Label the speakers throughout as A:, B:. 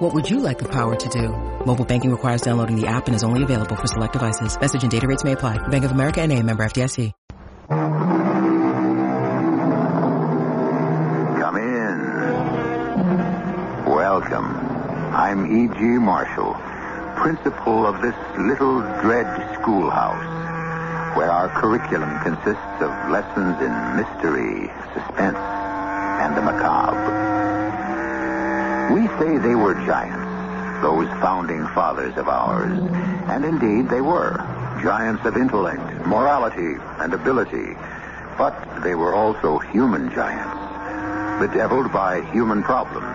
A: What would you like the power to do? Mobile banking requires downloading the app and is only available for select devices. Message and data rates may apply. Bank of America and a member FDIC.
B: Come in. Welcome. I'm E.G. Marshall, principal of this little dread schoolhouse, where our curriculum consists of lessons in mystery, suspense, and the macabre. We say they were giants, those founding fathers of ours, and indeed they were. Giants of intellect, morality, and ability. But they were also human giants bedeviled by human problems,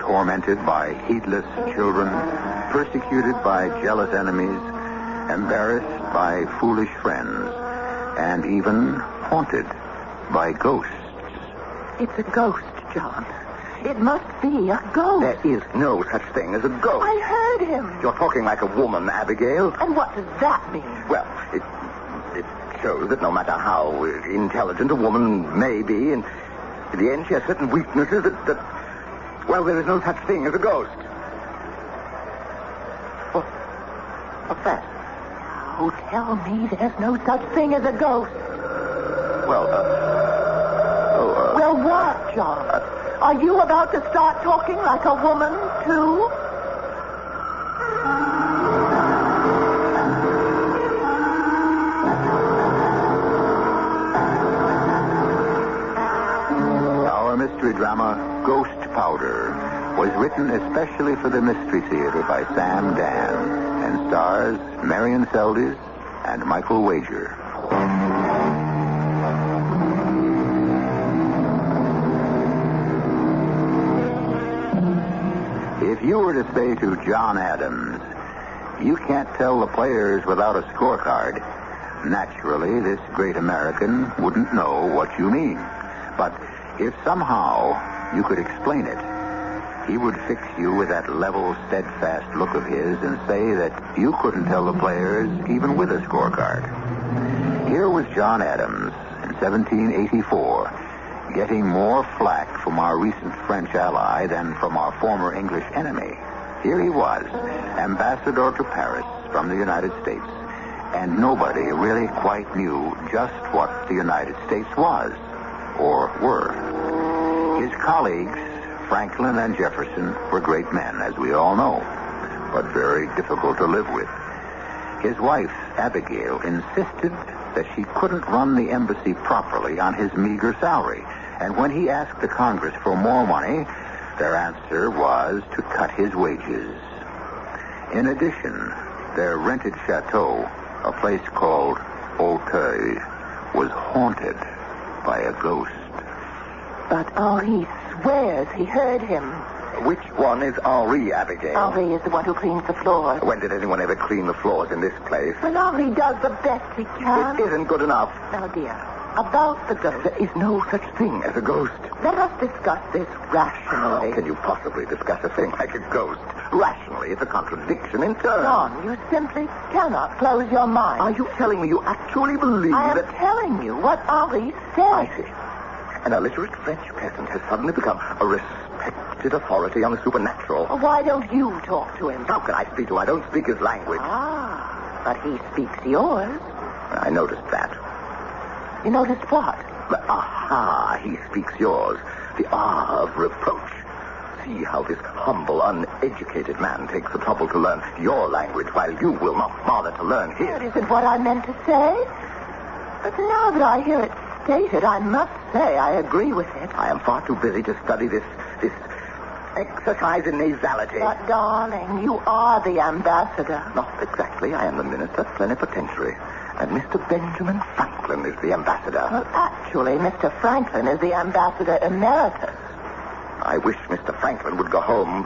B: tormented by heedless children, persecuted by jealous enemies, embarrassed by foolish friends, and even haunted by ghosts.
C: It's a ghost, John. It must be a ghost.
B: There is no such thing as a ghost.
C: I heard him.
B: You're talking like a woman, Abigail.
C: And what does that mean?
B: Well, it, it shows that no matter how intelligent a woman may be, and in the end she has certain weaknesses that, that well, there is no such thing as a ghost. What, what's that?
C: Oh, tell me there's no such thing as a ghost.
B: Well, uh, oh, uh,
C: Well, what, John? Are you about to start talking like a woman, too?
B: Our mystery drama, Ghost Powder, was written especially for the Mystery Theater by Sam Dan and stars Marion Seldes and Michael Wager. If you were to say to John Adams, you can't tell the players without a scorecard, naturally this great American wouldn't know what you mean. But if somehow you could explain it, he would fix you with that level, steadfast look of his and say that you couldn't tell the players even with a scorecard. Here was John Adams in 1784 getting more flack from our recent French ally than from our former English enemy. Here he was, ambassador to Paris from the United States, and nobody really quite knew just what the United States was or were. His colleagues, Franklin and Jefferson, were great men, as we all know, but very difficult to live with. His wife, Abigail, insisted that she couldn't run the embassy properly on his meager salary. And when he asked the Congress for more money, their answer was to cut his wages. In addition, their rented chateau, a place called Auteuil, was haunted by a ghost.
C: But, oh, he swears he heard him.
B: Which one is Henri, Abigail?
C: Henri is the one who cleans the floors.
B: When did anyone ever clean the floors in this place?
C: Well, Henri does the best he can.
B: it isn't good enough.
C: Now, dear, about the ghost.
B: There is no such thing as a ghost.
C: Let us discuss this rationally.
B: How can you possibly discuss a thing like a ghost? Rationally, it's a contradiction in terms.
C: John, you simply cannot close your mind.
B: Are you telling me you actually believe
C: I am
B: that...
C: telling you what Henri said.
B: I see. An illiterate French peasant has suddenly become a respected authority on the supernatural.
C: Why don't you talk to him?
B: How can I speak to him? I don't speak his language.
C: Ah, but he speaks yours.
B: I noticed that.
C: You noticed what?
B: The aha, he speaks yours. The ah of reproach. See how this humble, uneducated man takes the trouble to learn your language while you will not bother to learn
C: That
B: his.
C: isn't what I meant to say. But now that I hear it stated, I must say I agree with it.
B: I am far too busy to study this, this exercise in nasality.
C: But, darling, you are the ambassador.
B: Not exactly. I am the minister plenipotentiary. And Mr. Benjamin Franklin is the ambassador.
C: Well, actually, Mr. Franklin is the ambassador emeritus.
B: I wish Mr. Franklin would go home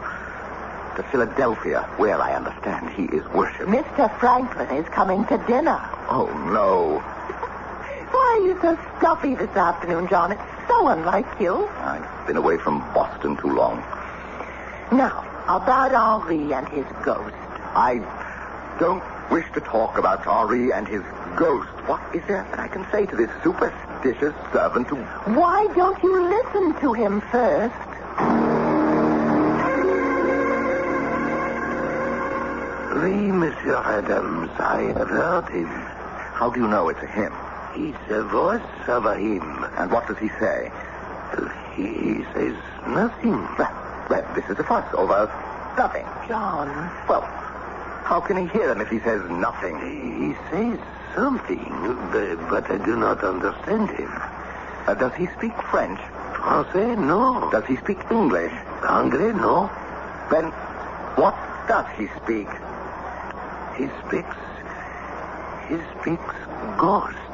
B: to Philadelphia, where I understand he is worshipped.
C: Mr. Franklin is coming to dinner.
B: Oh, no.
C: Why you're so stuffy this afternoon, John. It's so unlike you.
B: I've been away from Boston too long.
C: Now, about Henri and his ghost.
B: I don't wish to talk about Henri and his ghost. What is there that I can say to this superstitious servant who...
C: Why don't you listen to him first?
B: Oui, Monsieur Adams, I have heard him. How do you know it's a him? He's the voice of a him. And what does he say? He says nothing. Well, this is a fuss over nothing.
C: John,
B: Well, how can he hear him if he says nothing? He says something, but I do not understand him. Uh, does he speak French? Francais, no. Does he speak English? Anglais, no. Then what does he speak? He speaks. He speaks ghost.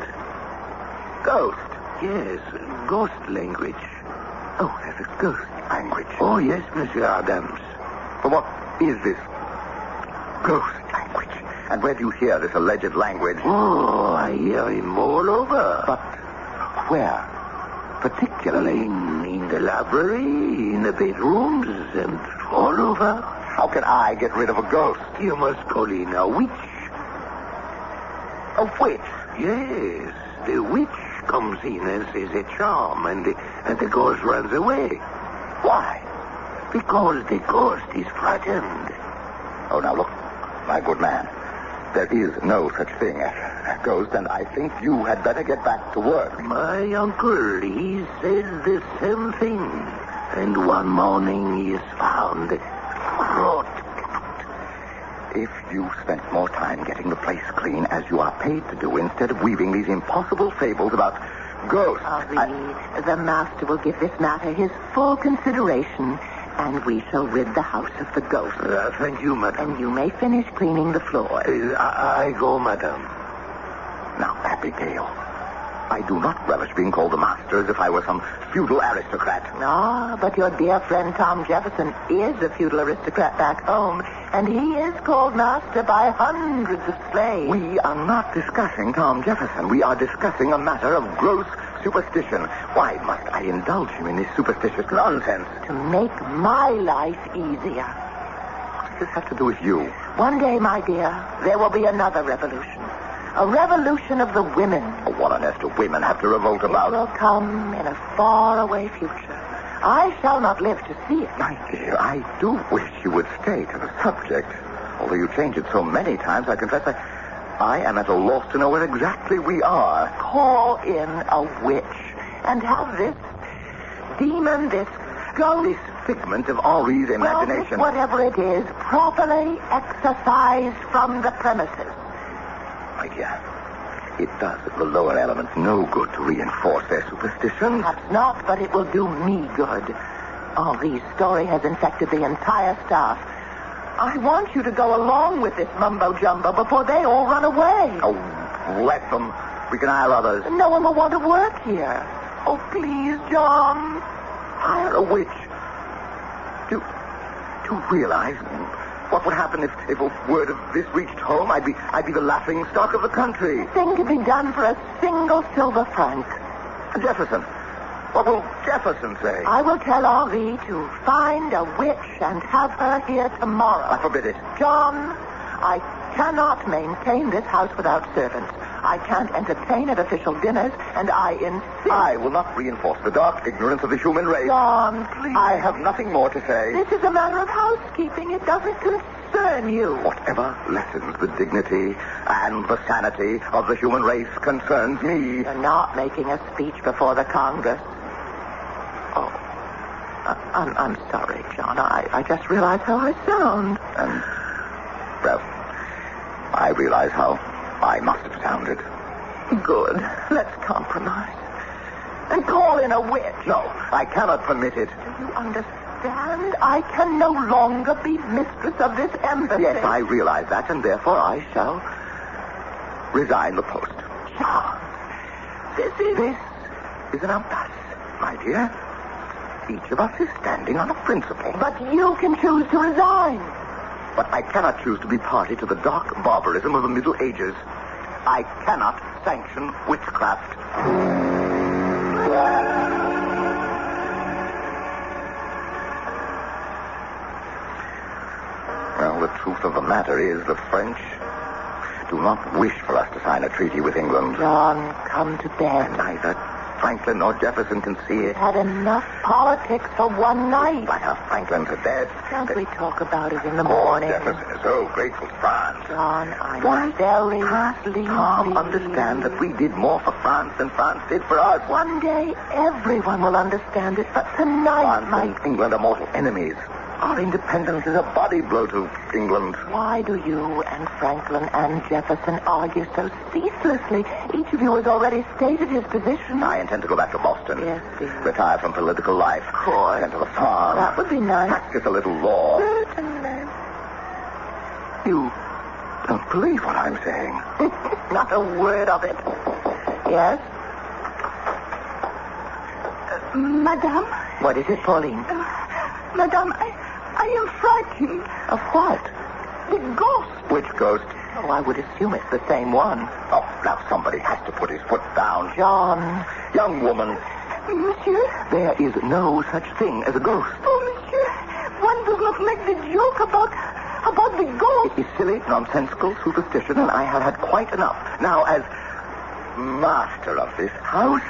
B: Ghost? Yes, ghost language. Oh, there's a ghost language. Oh, yes, Monsieur Adams. But what is this ghost language. And where do you hear this alleged language? Oh, I hear him all over. But where? Particularly? In, in the library, in the bedrooms, and all over. How can I get rid of a ghost? You must call in a witch. A witch? Yes. The witch comes in and says a charm, and the, and the ghost runs away. Why? Because the ghost is frightened. Oh, now look, my good man. There is no such thing as a ghost, and I think you had better get back to work. My uncle, he says the same thing. And one morning he is found rot if you spent more time getting the place clean as you are paid to do instead of weaving these impossible fables about ghosts.
C: Henri,
B: I-
C: the master will give this matter his full consideration, and we shall rid the house of the ghost.
B: Uh, thank you, madam. Uh,
C: And you may finish cleaning the floor.
B: I, I go, madam. Now, Abigail, I do not relish being called the master as if I were some feudal aristocrat.
C: Ah, but your dear friend Tom Jefferson is a feudal aristocrat back home, and he is called master by hundreds of slaves.
B: We are not discussing Tom Jefferson. We are discussing a matter of gross superstition. Why must I indulge him in this superstitious nonsense?
C: to make my life easier.
B: What does this have to do with you?
C: One day, my dear, there will be another revolution. A revolution of the women.
B: Oh, What on earth do women have to revolt
C: It
B: about?
C: will come in a faraway future. I shall not live to see it.
B: My dear, I do wish you would stay to the subject. Although you change it so many times, I confess I, I am at a loss to know where exactly we are.
C: Call in a witch and have this demon, this ghost,
B: This figment of Henri's
C: well,
B: imagination.
C: whatever it is, properly exorcised from the premises.
B: My dear, it does the lower elements no good to reinforce their superstitions.
C: Perhaps not, but it will do me good. Henri's story has infected the entire staff. I want you to go along with this mumbo jumbo before they all run away.
B: Oh, let them. We can hire others.
C: No one will want to work here. Oh, please, John.
B: Hire a witch. Do, do you realize what would happen if, if a word of this reached home? I'd be, I'd be the laughing stock of the country.
C: Thing to be done for a single silver franc.
B: Jefferson. What will Jefferson say?
C: I will tell Henri to find a witch and have her here
B: I
C: tomorrow.
B: forbid it.
C: John, I cannot maintain this house without servants. I can't entertain at official dinners, and I insist.
B: I will not reinforce the dark ignorance of the human race.
C: John, please.
B: I have nothing more to say.
C: This is a matter of housekeeping. It doesn't concern you.
B: Whatever lessens the dignity and the sanity of the human race concerns me.
C: You're not making a speech before the Congress. Oh, I, I'm, I'm sorry, John. I, I just realized how I sound.
B: And, well, I realize how I must have sounded.
C: Good. Let's compromise. And call in a witch.
B: No, I cannot permit it.
C: Do you understand? I can no longer be mistress of this embassy.
B: Yes, I realize that, and therefore I shall resign the post.
C: John, this is...
B: This is an impasse, my dear. Each of us is standing on a principle.
C: But you can choose to resign.
B: But I cannot choose to be party to the dark barbarism of the Middle Ages. I cannot sanction witchcraft. Well, the truth of the matter is the French do not wish for us to sign a treaty with England.
C: John, come to bed.
B: Neither Franklin nor Jefferson can see it.
C: Had enough politics for one night.
B: But our Franklin to death.
C: Can't we talk about it in the
B: Poor
C: morning?
B: Jefferson is so grateful to France.
C: John, I'm
B: Why
C: very
B: Can't
C: sleepy.
B: Tom understand that we did more for France than France did for us?
C: One day everyone will understand it, but tonight,
B: France
C: Mike,
B: and England are mortal enemies. Our independence is a body blow to England.
C: why do you and Franklin and Jefferson argue so ceaselessly? Each of you has already stated his position.
B: I intend to go back to Boston.
C: Yes, dear.
B: Retire from political life. Of
C: course.
B: Send to the farm.
C: That would be nice.
B: Practice a little law.
C: Certainly.
B: You don't believe what I'm saying.
C: Not a word of it. Yes?
D: Madame,
C: What is it, Pauline?
D: Madame, I, I am frightened.
C: Of what?
D: The ghost.
B: Which ghost?
C: Oh, I would assume it's the same one.
B: Oh, now somebody has to put his foot down.
C: John,
B: Young woman,
D: Monsieur,
B: there is no such thing as a ghost.
D: oh, monsieur, one does not make the joke about, about the ghost.
B: It is silly, nonsensical superstition, and I have had quite enough. Now, as master of this house,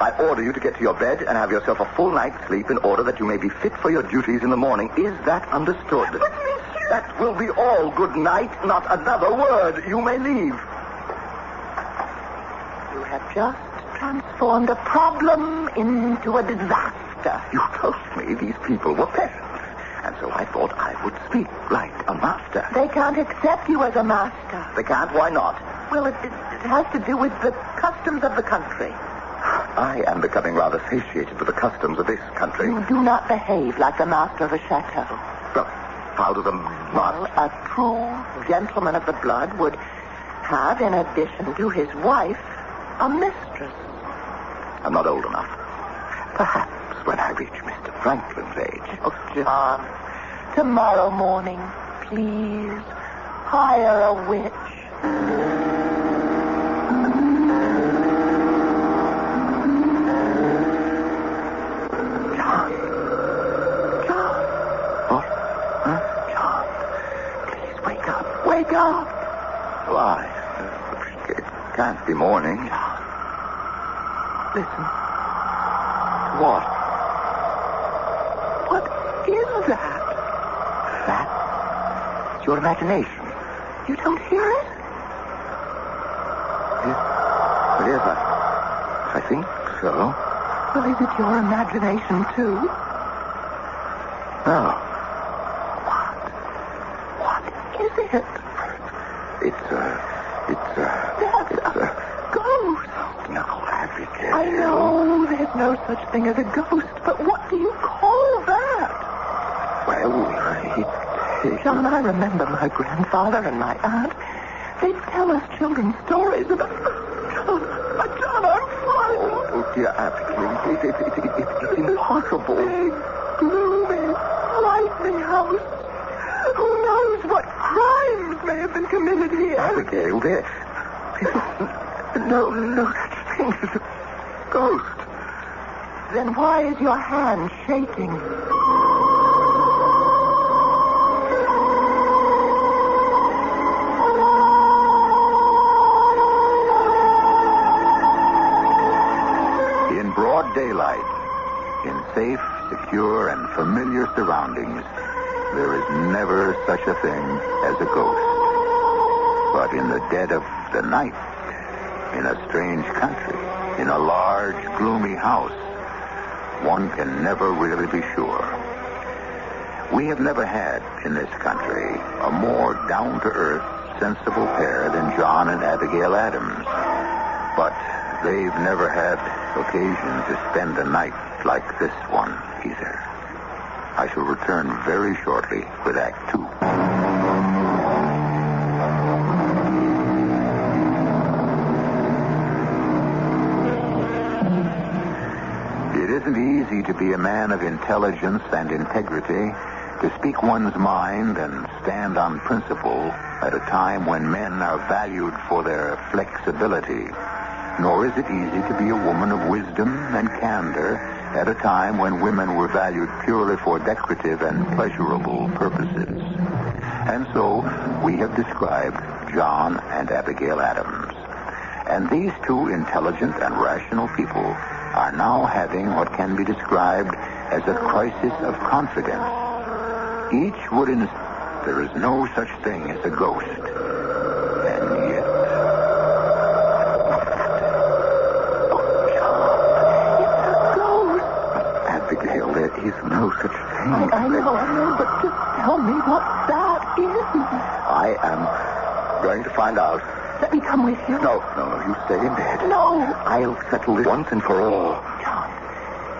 B: I order you to get to your bed and have yourself a full night's sleep in order that you may be fit for your duties in the morning. Is that understood? That will be all. Good night. Not another word. You may leave.
C: you have just transformed a problem into a disaster.
B: You told me these people were peasants, and so I thought I would speak like a master.
C: They can't accept you as a master.
B: They can't. Why not?
C: Well, it, it, it has to do with the customs of the country.
B: I am becoming rather satiated with the customs of this country.
C: You do not behave like the master of a chateau.
B: Well, how do the
C: Well,
B: must?
C: a true gentleman of the blood would have, in addition to his wife, a mistress.
B: I'm not old enough. Perhaps when I reach Mr. Franklin's age.
C: Oh, John, tomorrow morning, please hire a witch.
B: John. John. What? Huh? John. Please wake up. Wake up. Why? It can't be morning. John. Listen. What? What is that? That? It's your imagination. You don't hear it? It, it is. I, I think so.
C: Well, is it your imagination, too?
B: No.
C: What is it?
B: It's a. It's a.
C: That's
B: it's uh,
C: a ghost.
B: Now, Abigail.
C: I know there's no such thing as a ghost, but what do you call that?
B: Well, it. it
C: John, I remember my grandfather and my aunt. They'd tell us children stories about... John, John I'm frightened.
B: Oh, dear Abigail. It, it, it, it, it's impossible.
C: Big, gloomy, lightning house. Who knows what crimes may have been committed here?
B: Abigail, there. No, no such thing as a ghost.
C: Then why is your hand shaking?
B: In broad daylight, in safe, secure, and familiar surroundings, there is never such a thing as a ghost. But in the dead of the night, in a strange country, in a large, gloomy house, one can never really be sure. We have never had in this country a more down-to-earth, sensible pair than John and Abigail Adams. But they've never had occasion to spend a night like this one either. I shall return very shortly with Act Two. It isn't easy to be a man of intelligence and integrity, to speak one's mind and stand on principle at a time when men are valued for their flexibility nor is it easy to be a woman of wisdom and candor at a time when women were valued purely for decorative and pleasurable purposes. And so we have described John and Abigail Adams. And these two intelligent and rational people are now having what can be described as a crisis of confidence. Each would insist there is no such thing as a ghost. And yet,
D: It's
B: Abigail, there is no such thing.
D: a ghost. I know, I know, but just tell me what that is.
B: I am going to find out.
D: Let me come with you.
B: No, no, you stay in bed.
D: No.
B: I'll settle this once and for all.
D: John,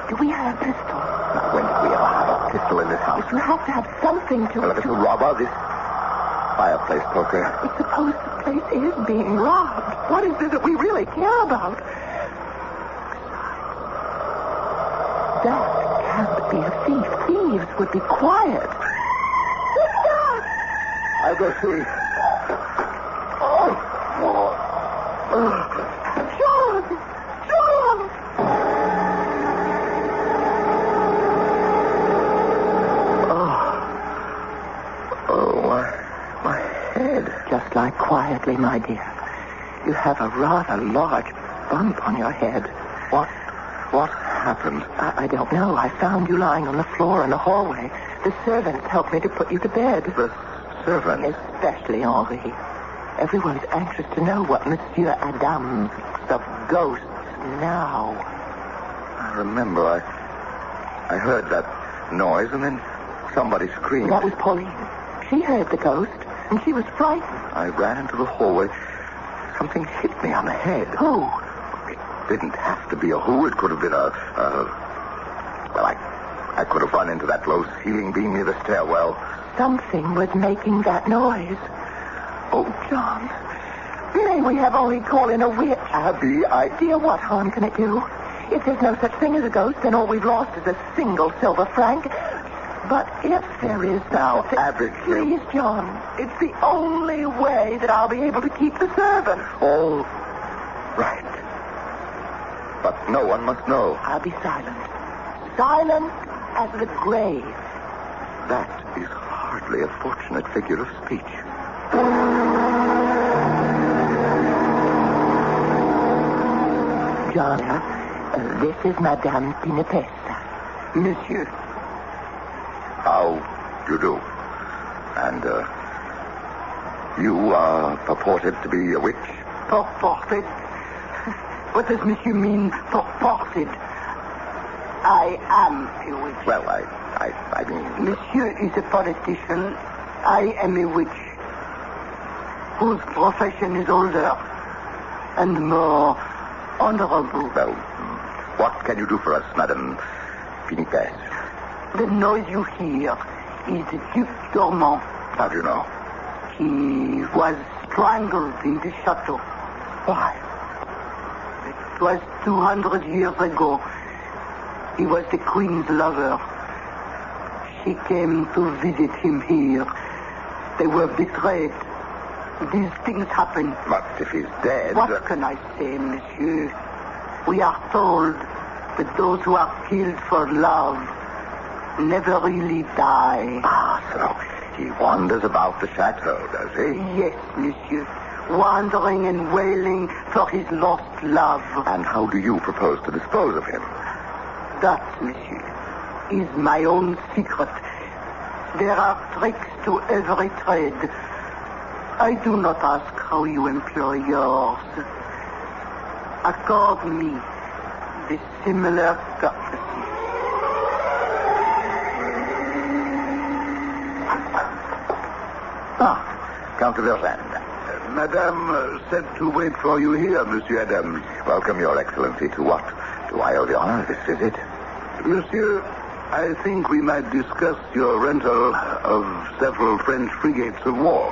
D: do we have a pistol?
B: Now, When did we ever have a pistol in this house?
D: You have to have something to...
B: Well, if it's a robber, this fireplace poker.
D: It's supposed the place is being robbed. What is it that we really care about? That can't be a thief. Thieves would be quiet.
B: I'll go see.
C: Oh.
B: Oh.
D: John! John!
B: Oh, my, my head.
C: Just lie quietly, my dear. You have a rather large bump on your head.
B: What, what happened?
C: I, I don't know. I found you lying on the floor in the hallway. The servants helped me to put you to bed.
B: The servant.
C: Especially Henri. Everyone's anxious to know what Monsieur Adam, the ghost, now.
B: I remember I, I heard that noise and then somebody screamed.
C: That was Pauline. She heard the ghost, and she was frightened.
B: I ran into the hallway. Something hit me on the head.
C: Who?
B: It didn't have to be a who. It could have been a. a well, I, I could have run into that low ceiling beam near the stairwell.
C: Something was making that noise. Oh, John, may we have only call in a witch?
B: Abby, I.
C: Dear, what harm can it do? If there's no such thing as a ghost, then all we've lost is a single silver franc. But if there is now,
B: Abigail.
C: please, John, it's the only way that I'll be able to keep the servant.
B: All right. But no one must know.
C: I'll be silent, silent as the grave.
B: That is hardly a fortunate figure of speech.
C: John, uh, this is Madame Pinapesta. Monsieur.
B: How do you do? And, uh, you are purported to be a witch?
C: Purported? What does Monsieur mean, purported? I am a witch.
B: Well, I, I, I mean,
C: Monsieur is a politician. I am a witch whose profession is older and more honorable.
B: well, what can you do for us, Madame Pinipes?
C: The noise you hear is Duke Dormant.
B: How do you know?
C: He was strangled in the chateau. Why? It was 200 years ago. He was the queen's lover. She came to visit him here. They were betrayed. These things happen.
B: But if he's dead... uh,
C: What can I say, monsieur? We are told that those who are killed for love never really die.
B: Ah, so he wanders about the chateau, does he?
C: Yes, monsieur. Wandering and wailing for his lost love.
B: And how do you propose to dispose of him?
C: That, monsieur, is my own secret. There are tricks to every trade. I do not ask how you employ yours. Accord me the similar courtesy.
B: Ah, Count de Verlaine. Madame uh, said to wait for you here, Monsieur Adams. Welcome, Your Excellency. To what do I owe the honor of this visit? Monsieur, I think we might discuss your rental of several French frigates of war.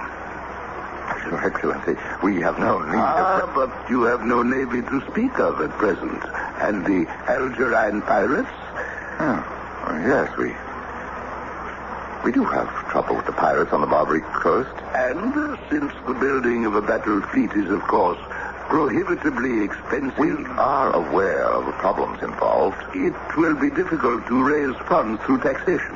B: Your Excellency, we have no need
E: Ah,
B: of...
E: but you have no navy to speak of at present. And the Algerine pirates?
B: Oh, yes, we... We do have trouble with the pirates on the Barbary coast.
E: And uh, since the building of a battle fleet is, of course, prohibitively expensive.
B: We are aware of the problems involved.
E: It will be difficult to raise funds through taxation.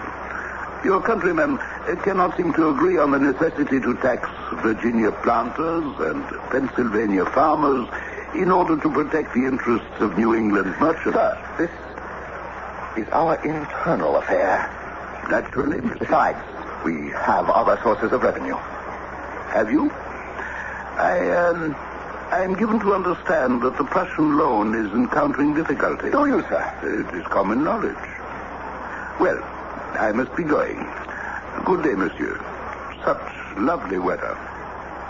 E: Your countrymen uh, cannot seem to agree on the necessity to tax Virginia planters and Pennsylvania farmers in order to protect the interests of New England merchants.
B: Sir, this is our internal affair.
E: Naturally.
B: Besides, we have other sources of revenue.
E: Have you? I, um, I am given to understand that the Prussian loan is encountering difficulty.
B: Do you, sir?
E: It is common knowledge. Well, I must be going. Good day, monsieur. Such lovely weather.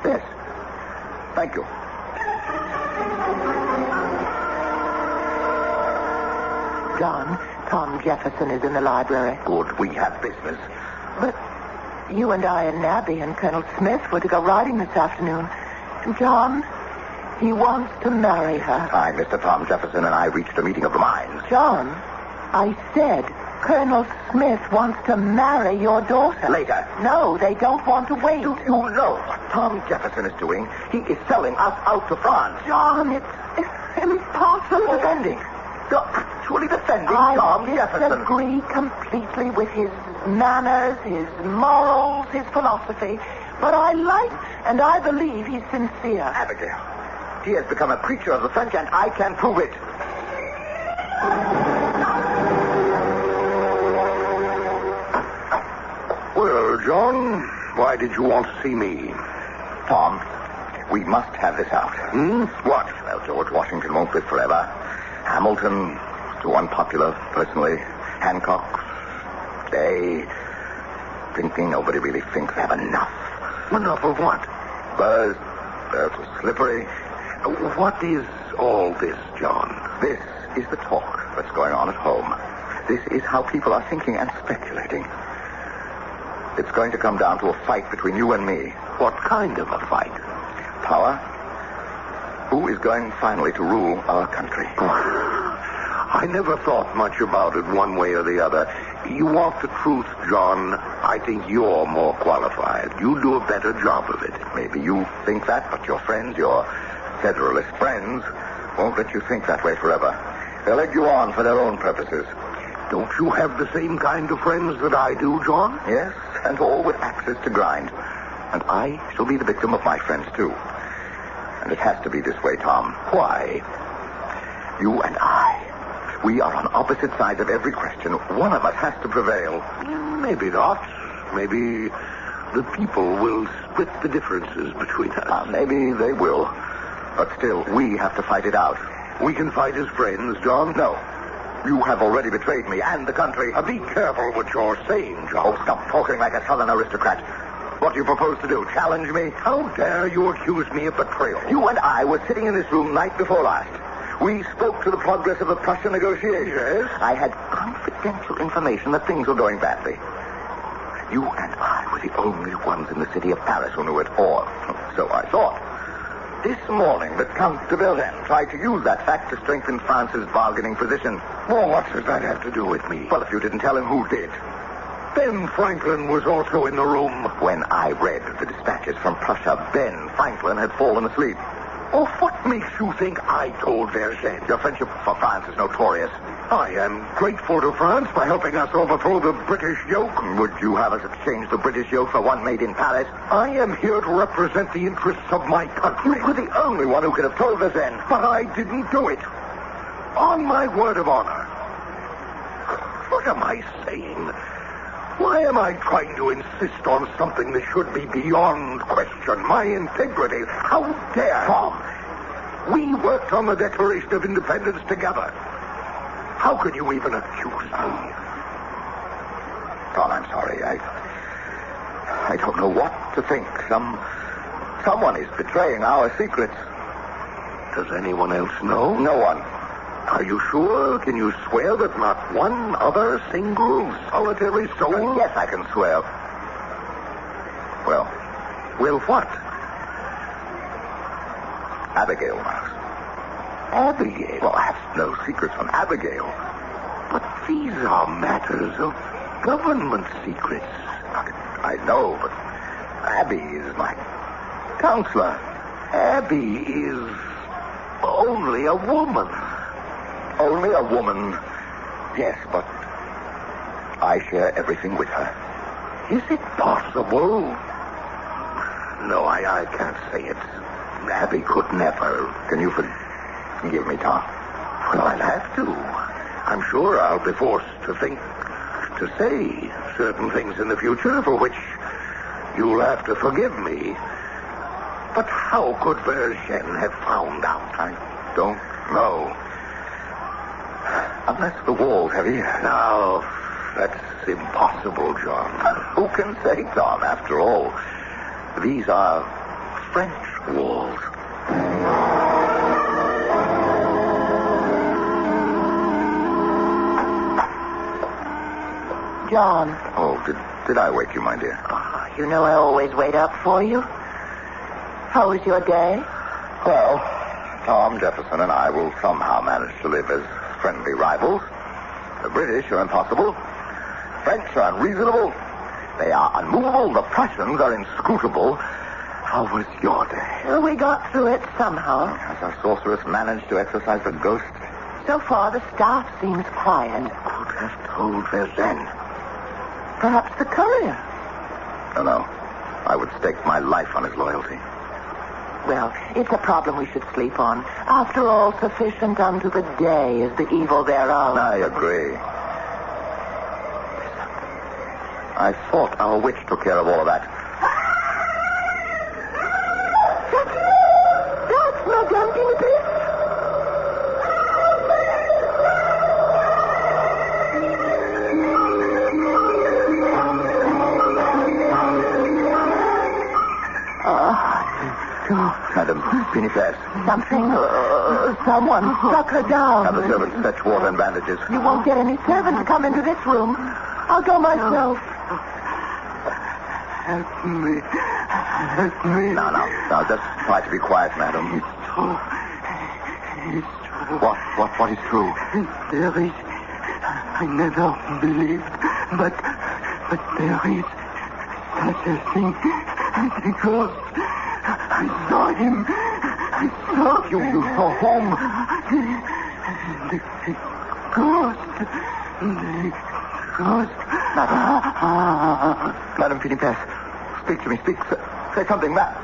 B: Yes. Thank you.
C: John, Tom Jefferson is in the library.
B: Good, we have business.
C: But you and I and Nabby and Colonel Smith were to go riding this afternoon. John, he wants to marry her.
B: I, Mr. Tom Jefferson, and I reached a meeting of the minds.
C: John, I said Colonel Smith wants to marry your daughter.
B: Later.
C: No, they don't want to wait.
B: Do you know what Tom Jefferson is doing? He is selling us out to France.
C: John, it's, it's impossible.
B: Defending. You're actually defending Tom Jefferson.
C: disagree completely with his manners, his morals, his philosophy. But I like and I believe he's sincere.
B: Abigail, he has become a creature of the French, and I can prove it.
E: Well, John, why did you want to see me?
B: Tom, we must have this out.
E: Hmm?
B: What? Well, George Washington won't live forever. Hamilton, too unpopular, personally. Hancock, they thinking nobody really thinks they have enough.
E: Enough of what?
B: Buzz, birds are slippery.
E: What is all this, John?
B: This is the talk that's going on at home. This is how people are thinking and speculating. It's going to come down to a fight between you and me.
E: What kind of a fight?
B: Power. Who is going finally to rule our country?
E: Oh, I never thought much about it one way or the other. You want the truth, John. I think you're more qualified. You do a better job of it.
B: Maybe you think that, but your friends, your federalist friends, won't let you think that way forever. They'll egg you on for their own purposes.
E: Don't you have the same kind of friends that I do, John?
B: Yes, and all with axes to grind. And I shall be the victim of my friends, too. And it has to be this way, Tom. Why? You and I, we are on opposite sides of every question. One of us has to prevail.
E: Maybe not. Maybe the people will split the differences between
B: Uh,
E: us.
B: maybe they will. But still, we have to fight it out.
E: We can fight as friends, John.
B: No. You have already betrayed me and the country.
E: Uh, be careful what you're saying, John.
B: Oh, stop talking like a southern aristocrat. What do you propose to do? Challenge me?
E: How dare you accuse me of betrayal?
B: You and I were sitting in this room night before last. We spoke to the progress of the Prussian negotiations.
E: Yes?
B: I had confidential information that things were going badly. You and I were the only ones in the city of Paris who knew it, or so I thought. This morning, the Count de Berlin tried to use that fact to strengthen France's bargaining position.
E: Well, what does that have to do with me?
B: Well, if you didn't tell him who did.
E: Ben Franklin was also in the room.
B: When I read the dispatches from Prussia, Ben Franklin had fallen asleep.
E: Oh, what makes you think I told Vergennes?
B: Your friendship for France is notorious.
E: I am grateful to France for helping us overthrow the British yoke.
B: Would you have us exchange the British yoke for one made in Paris?
E: I am here to represent the interests of my country.
B: You were the only one who could have told us then.
E: But I didn't do it. On my word of honor. What am I saying? Why am I trying to insist on something that should be beyond question? My integrity. How dare. Tom, we worked on the Declaration of Independence together. How could you even accuse me?
B: Tom, I'm sorry. I, I don't know what to think. Some, someone is betraying our secrets.
E: Does anyone else know?
B: No one.
E: Are you sure? Can you swear that not one other single solitary soul?
B: Yes, I can swear. Well,
E: Will what?
B: Abigail knows. Abigail? Well, I have no secrets from Abigail.
E: But these are matters of government secrets.
B: I know, but Abby is my
E: Counselor, Abby is
B: Only a woman. Only a woman. Yes, but I share everything with her. Is it possible? No, I, I can't say it. Abby could never. Can you forgive me, Tom? Well, I'll have to. I'm sure I'll be forced to think, to say certain things in the future for which you'll have to forgive me. But how could Vergen have found out? I don't know. Unless the walls have ears. No, that's impossible, John. Who can say, Tom? After all, these are French walls.
C: John, Ah,
B: Oh, did, did I wake you, my dear?
C: you know I always wait up for you. How was your day?
B: Well, Tom Jefferson and I will somehow manage to live as friendly rivals. The British are impossible. French are unreasonable. They are unmovable. The Prussians are inscrutable. How was your day?
C: Well, we got through it somehow.
B: Has our sorceress managed to exorcise the ghost?
C: So far, the staff seems quiet.
B: Could have told Verzen.
C: Perhaps the courier.
B: No, no. I would stake my life on his loyalty.
C: Well, it's a problem we should sleep on. After all, sufficient unto the day is the evil thereof.
B: I agree. I thought our witch took care of all of that.
C: That's Madame Dimitri.
B: Madam Pinifex,
C: Something, uh, someone struck her down.
B: have the servants fetch water and bandages.
C: You won't get any servant to come into this room. I'll go myself.
B: help me. Help me. No, no. Now, just try to be quiet, madam. It's true. It's true. What, what, what is true?
C: There is. I never believed, but but there is such a thing as a ghost. I saw him. I saw
B: You, you saw whom?
C: the, the ghost. The ghost.
B: Madam. Madam Pinifex, speak to me. Speak. Say, say something, ma-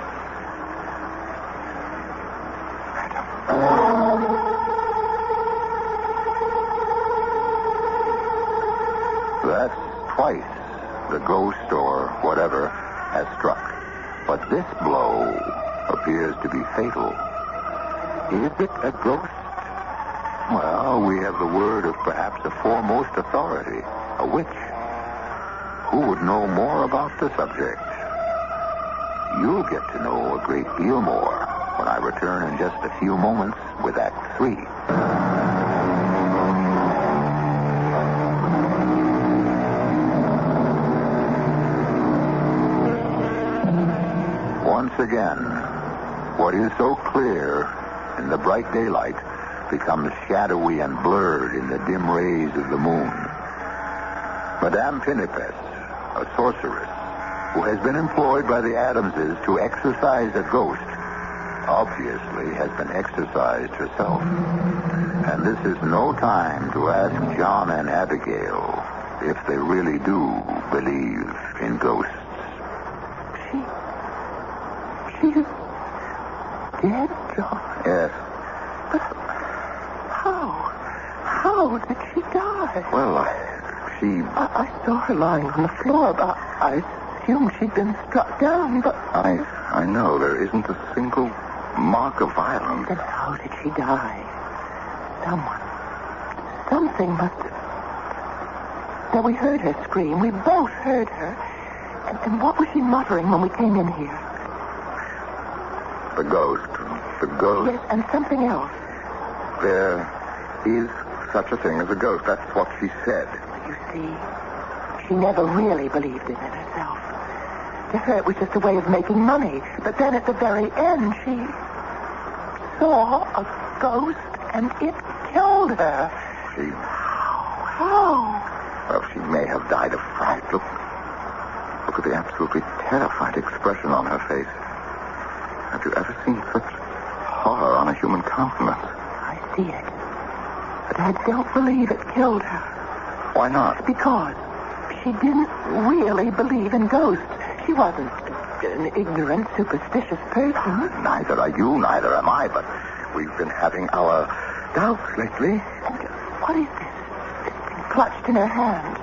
B: That's twice the ghost or whatever has struck. But this blow appears to be fatal. Is it a ghost? Well, we have the word of perhaps a foremost authority, a witch. Who would know more about the subject? You'll get to know a great deal more when I return in just a few moments with Act Three. Once again, what is so clear in the bright daylight becomes shadowy and blurred in the dim rays of the moon. Madame Pinipes, a sorceress who has been employed by the Adamses to exorcise a ghost, obviously has been exorcised herself. And this is no time to ask John and Abigail if they really do believe in ghosts. She's dead, John. Yes. But how? How did she die? Well, I- she. I, I saw her lying on the floor. But I assumed she'd been struck down, but. I, I know. There isn't a single mark of violence.
C: Then how did she die? Someone. Something must have. Now, we heard her scream. We both heard her. And, and what was she muttering when we came in here?
B: The ghost. The ghost.
C: Yes, and something else.
B: There is such a thing as a ghost. That's what she said.
C: You see, she never really believed it in herself. To her, it was just a way of making money. But then at the very end, she saw a ghost, and it killed her.
B: She,
C: How?
B: well, she may have died of fright. Look, look at the absolutely terrified expression on her face. Have you ever seen such horror on a human countenance.
C: I see it. But I don't believe it killed her.
B: Why not?
C: Because she didn't really believe in ghosts. She wasn't an ignorant, superstitious person.
B: Neither are you, neither am I, but we've been having our doubts lately.
C: And what is this? It's been clutched in her hand.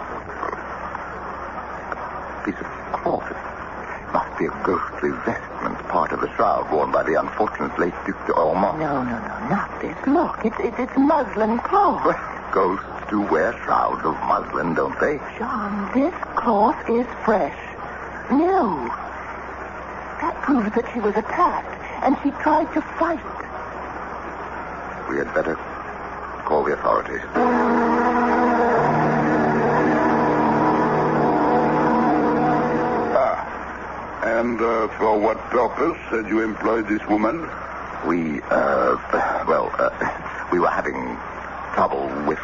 B: piece of cloth. It must be a ghostly vestment, part of the shroud worn by the unfortunate late Duc de Ormond.
C: No, no, no, not this. Look, it's, it's, it's muslin cloth.
B: Well, ghosts do wear shrouds of muslin, don't they?
C: John, this cloth is fresh. No. That proves that she was attacked, and she tried to fight.
B: We had better call the authorities.
F: And uh, for what purpose had you employed this woman?
B: We, uh, well, uh, we were having trouble with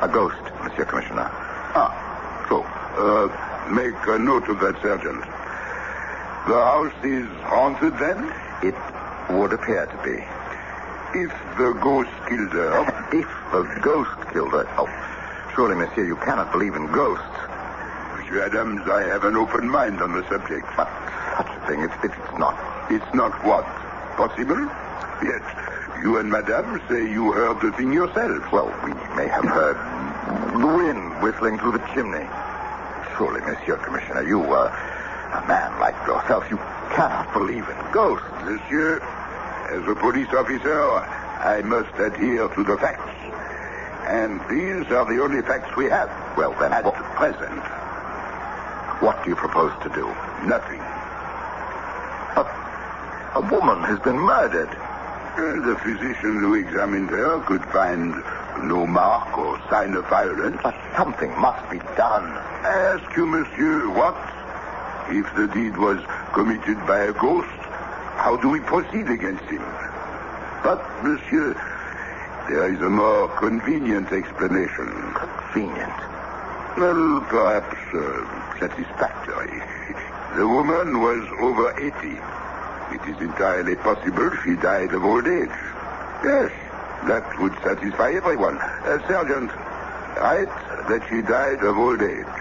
B: a ghost, Monsieur Commissioner.
F: Ah, so, uh, make a note of that, Sergeant. The house is haunted then?
B: It would appear to be.
F: If the ghost killed her,
B: If the ghost killed her. Oh, surely, Monsieur, you cannot believe in ghosts.
F: Monsieur Adams, I have an open mind on the subject.
B: But such a thing, it's, it's not
F: It's not what? Possible? Yes. You and Madame say you heard the thing yourself.
B: Well, we may have heard the wind whistling through the chimney. Surely, Monsieur Commissioner, you, uh, a man like yourself, you cannot believe in ghosts.
F: Monsieur, as a police officer, I must adhere to the facts. And these are the only facts we have.
B: Well, then,
F: at
B: what-
F: present,
B: What do you propose to do?
F: nothing.
B: A woman has been murdered.
F: Uh, The physician who examined her could find no mark or sign of violence.
B: But something must be done.
F: I ask you, monsieur, what? If the deed was committed by a ghost, how do we proceed against him? But, monsieur, there is a more convenient explanation.
B: Convenient.
F: Well, perhaps uh, satisfactory. The woman was over 80. It is entirely possible she died of old age. Yes, that would satisfy everyone. Uh, Sergeant, right that she died of old age.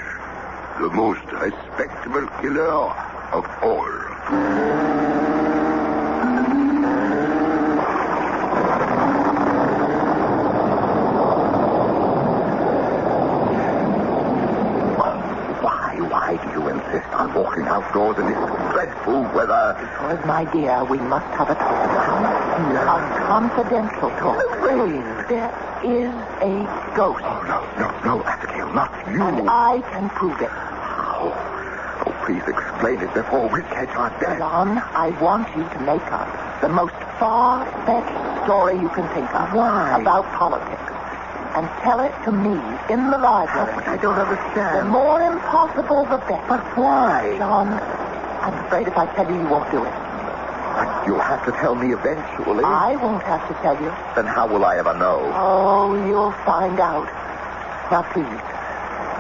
F: The most respectable killer of all.
B: Why, why do you insist on walking outdoors in this dreadful weather?
C: Because, my dear, we must have a talk now. A confidential talk. Please. There is a ghost.
B: No, no, no, Abigail, not you.
C: And I can prove it.
B: Oh, oh, please explain it before we catch our death.
C: John, I want you to make up the most far-fetched story you can think of.
B: Why?
C: About politics. And tell it to me in the library.
B: But I don't
C: The
B: understand.
C: more impossible, the better. But why? John, I'm afraid if I tell you, you won't do it.
B: But you'll have to tell me eventually.
C: I won't have to tell you.
B: Then how will I ever know?
C: Oh, you'll find out. Now, please,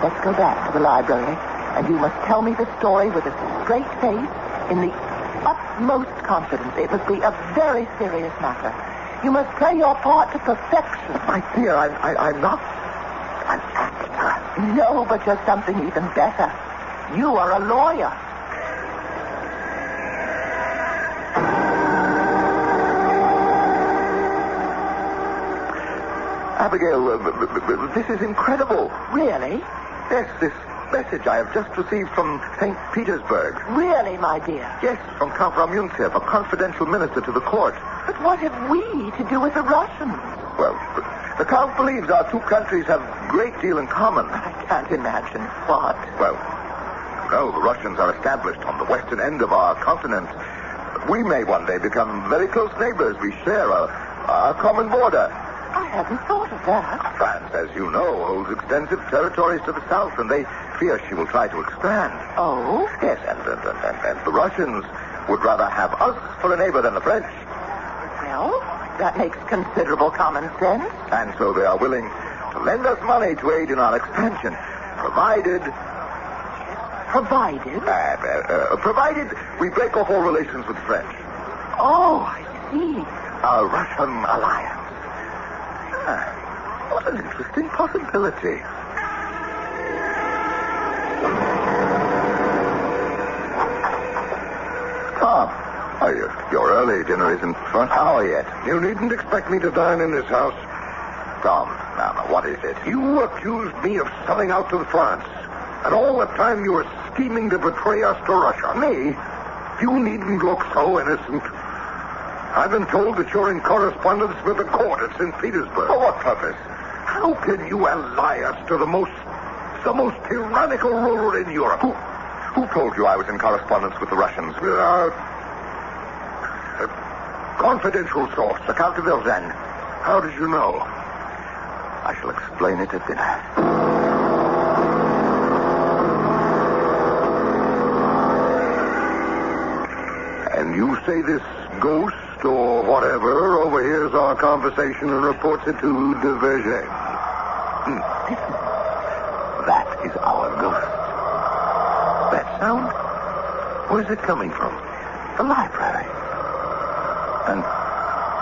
C: let's go back to the library, and you must tell me the story with a straight face, in the utmost confidence. It must be a very serious matter. You must play your part to perfection.
B: My dear, I'm, I, I'm not an actor.
C: No, but you're something even better. You are a lawyer.
B: Abigail, uh, b- b- b- this is incredible.
C: Really?
B: Yes, this message I have just received from St. Petersburg.
C: Really, my dear.
B: Yes, from Count Ramuntsev, a confidential minister to the court.
C: But what have we to do with the Russians?
B: Well, the Count believes our two countries have a great deal in common.
C: I can't imagine what.
B: Well, no, the Russians are established on the western end of our continent. We may one day become very close neighbors. We share a, a common border.
C: I hadn't thought of that.
B: France, as you know, holds extensive territories to the south, and they fear she will try to expand.
C: Oh?
B: Yes, and, and, and, and, and the Russians would rather have us for a neighbor than the French.
C: Well, that makes considerable common sense.
B: And so they are willing to lend us money to aid in our expansion, provided uh,
C: Provided.
B: uh, uh, provided we break off all relations with the French.
C: Oh, I see.
E: A Russian alliance. Ah, what an interesting possibility.
B: Tom,
E: Oh, you- you're early. Dinner isn't for an hour yet. You needn't expect me to dine in this house. Tom, now, now, what is it? You accused me of selling out to France. And all the time you were scheming to betray us to Russia. Me? You needn't look so innocent. I've been told that you're in correspondence with the court at St. Petersburg. For Oh, what purpose? How can you ally us to the most, the most tyrannical ruler in Europe? Who, who told you I was in correspondence with the Russians? confidential source, the Count de Vilzen. How did you know? I shall explain it at dinner.
B: And you say this ghost or whatever overhears our conversation and reports it to de Verger. Hmm. That is our ghost. That sound? Where's it coming from? The library. And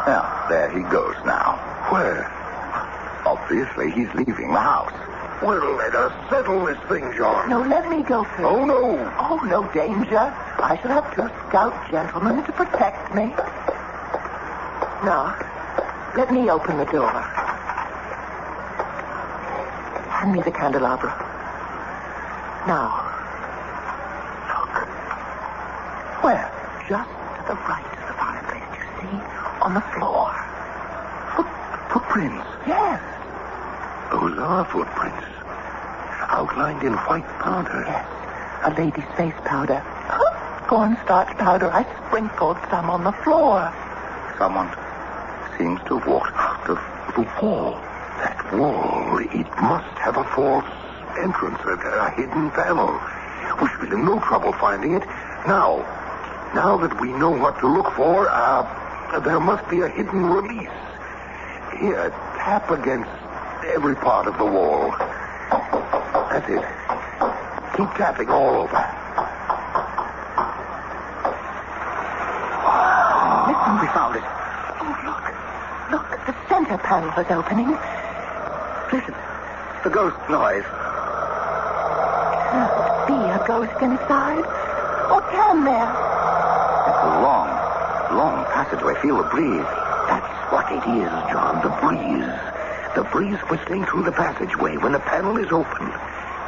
B: now, there he goes now. Where? Obviously, he's leaving the house.
E: Well, let us settle this thing, John.
C: No, let me go first.
E: Oh, no.
C: Oh, no danger. I shall have two stout gentlemen to protect me. Now, let me open the door. Hand me the candelabra. Now, look. Where? Just to the right of the fireplace, you see? On the floor. Foot, footprints? Yes.
E: Those are footprints. Outlined in white powder.
C: Yes, a lady's face powder. Cornstarch powder. I sprinkled some on the floor.
B: Someone seems to have walked out of the wall. That wall, it must have a false entrance, a, a hidden panel. We should be in no trouble finding it. Now, now that we know what to look for, uh, there must be a hidden release. Here, tap against every part of the wall. That's it. Keep tapping all over.
C: Listen, we found it. Oh, look. Look, the center panel is opening. Listen,
B: The ghost noise.
C: can't Oh, be a ghost inside. Or can there?
B: It's a long, long passageway. Feel the breeze. That's what it is, John. The breeze. The breeze whistling through the passageway when the panel is open.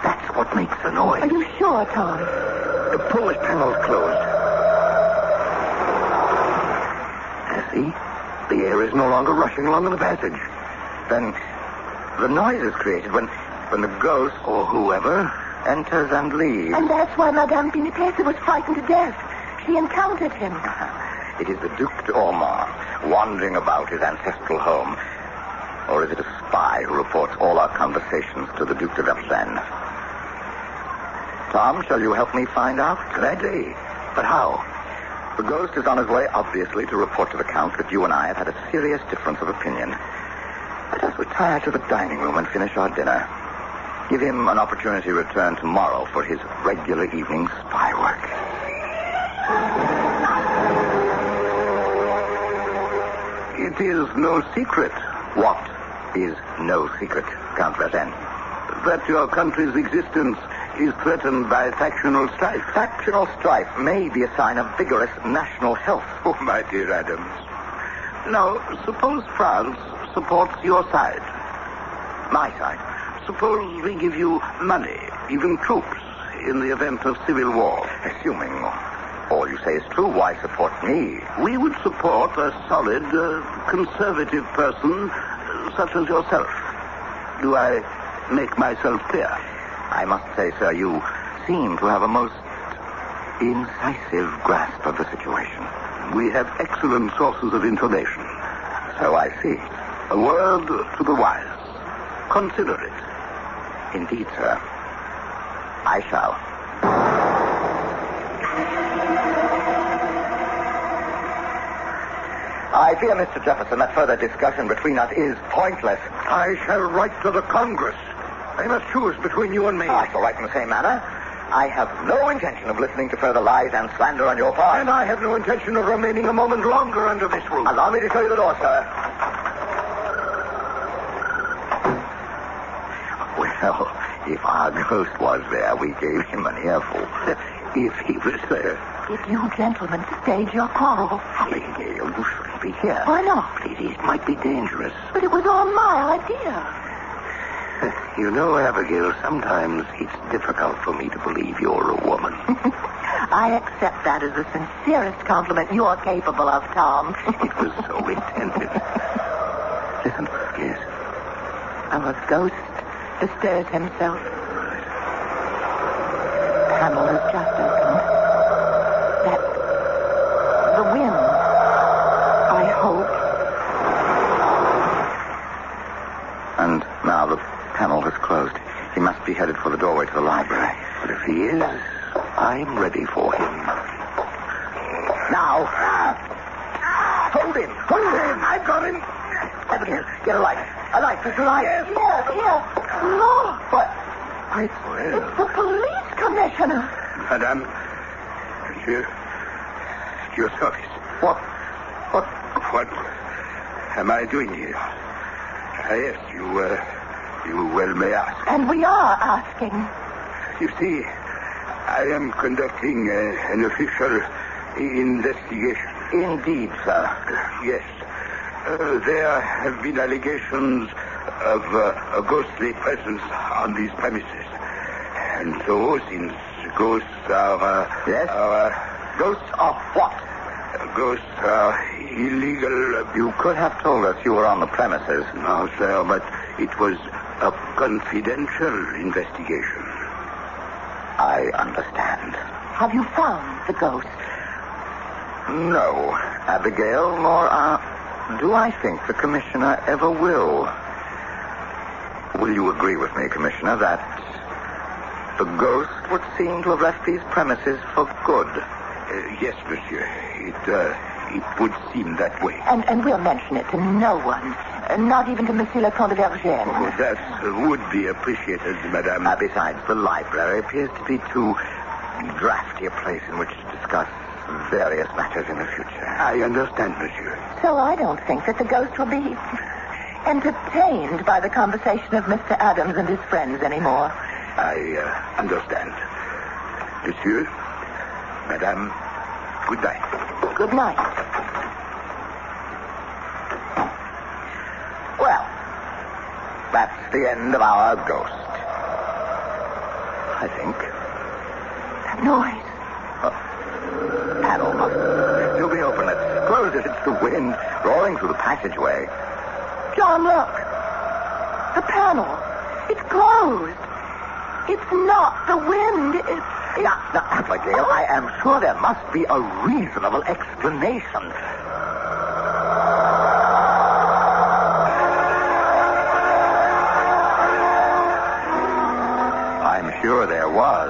B: That's what makes the noise.
C: Are you sure, Tom?
B: The pull this panel's closed. Uh, See? The air is no longer rushing along in the passage. Then the noise is created when when the ghost or whoever enters and leaves.
C: And that's why Madame Pinipesa was frightened to death. She encountered him.
B: Uh-huh. It is the Duc d'Ormond wandering about his ancestral home. Or is it a spy who reports all our conversations to the Duc de Verlaine? Tom, shall you help me find out? Gladly. But how? The ghost is on his way, obviously, to report to the Count that you and I have had a serious difference of opinion. Let us retire to the dining room and finish our dinner. Give him an opportunity to return tomorrow for his regular evening spy work. It is no secret. What is no secret, Count Verlaine? That your country's existence is threatened by factional strife. Factional strife may be a sign of vigorous national health. Oh, my dear Adams. Now, suppose France supports your side. My side. Suppose we give you money, even troops, in the event of civil war. Assuming all you say is true, why support me? We would support a solid, uh, conservative person uh, such as yourself. Do I make myself clear? I must say, sir, you seem to have a most incisive grasp of the situation. We have excellent sources of information. So I see. A word to the wise. Consider it. Indeed, sir. I shall. I fear, Mr. Jefferson, that further discussion between us is pointless.
E: I shall write to the Congress. They must choose between you and me.
G: Ah,
B: I shall write in the same manner.
G: I have no intention of listening to further lies and slander on your part.
H: And I have no intention of remaining a moment longer under this roof.
G: Allow me to show you the door, sir.
B: Well, if our ghost was there, we gave him an earful. If he was there,
C: If you gentlemen stage your quarrel.
B: Abigail, you shouldn't be here.
C: Why not?
B: Lady, it might be dangerous.
C: But it was all my idea.
B: You know, Abigail, sometimes it's difficult for me to believe you're a woman.
C: I accept that as the sincerest compliment you're capable of, Tom.
B: it was so intended. yes.
C: Our ghost bestirred himself. Pamela's just opened. That. the wind. I hope.
B: And now the panel has closed. He must be headed for the doorway to the library. But if he is, I'm ready for him.
G: Now. Hold him. Hold him. I've got him. Abigail, get a light. A light. There's a light. Yes.
C: Here, here. Look!
G: What?
C: It's, it's the police commissioner.
I: Madame, at your, at your service. What? What? What am I doing here? Ah, yes, you, uh, you well may ask.
C: And we are asking.
I: You see, I am conducting uh, an official investigation.
B: Indeed, sir.
I: Yes. Uh, there have been allegations of uh, a ghostly presence on these premises. And so, since ghosts are. Uh,
B: Yes?
I: Are,
B: Ghosts of what?
I: uh, ghosts are illegal. uh,
B: You could have told us you were on the premises.
I: No, sir, but it was a confidential investigation.
B: I understand.
C: Have you found the ghost?
B: No, Abigail, nor uh, do I think the Commissioner ever will. Will you agree with me, Commissioner, that the ghost would seem to have left these premises for good?
I: Uh, yes, monsieur. It, uh, it would seem that way.
C: And, and we'll mention it to no one. Uh, Not even to Monsieur le Comte de Vergennes.
I: Oh, that uh, would be appreciated, madame.
B: Uh, besides, the library appears to be too drafty a place in which to discuss various matters in the future.
I: I understand, monsieur.
C: So I don't think that the ghost will be entertained by the conversation of Mr. Adams and his friends anymore.
I: I uh, understand. Monsieur, madame, good night.
C: Good night.
B: Well, that's the end of our ghost. I think.
C: That noise.
B: Uh, Paddle must still be open. Let's close it. It's the wind roaring through the passageway.
C: John, look. The panel. It's closed. It's not the wind. It's.
B: Now, now, Abigail, I am sure there must be a reasonable explanation.
I: I'm sure there was,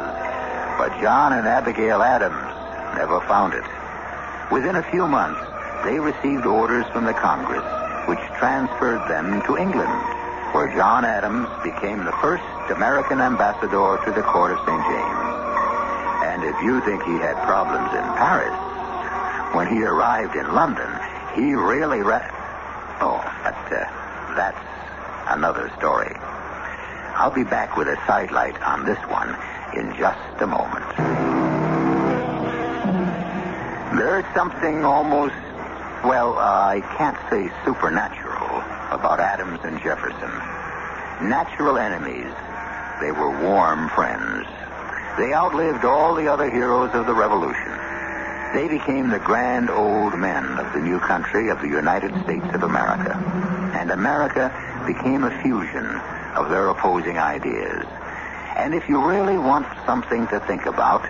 I: but John and Abigail Adams never found it.
B: Within a few months, they received orders from the Congress, which transferred them to England, where John Adams became the first American ambassador to the court of St. James. And if you think he had problems in Paris, when he arrived in London, he really ra Oh, but uh, that's another story. I'll be back with a sidelight on this one in just a moment. There's something almost, well, uh, I can't say supernatural about Adams and Jefferson. Natural enemies, they were warm friends. They outlived all the other heroes of the Revolution. They became the grand old men of the new country of the United States of America. And America became a fusion of their opposing ideas. And if you really want something to think about,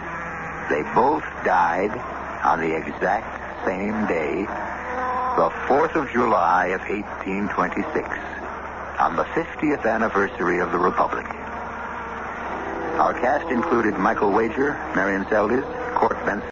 B: they both died on the exact same day, the 4th of July of 1826, on the 50th anniversary of the Republic. Our cast included Michael Wager, Marion Seldes, Court Benson.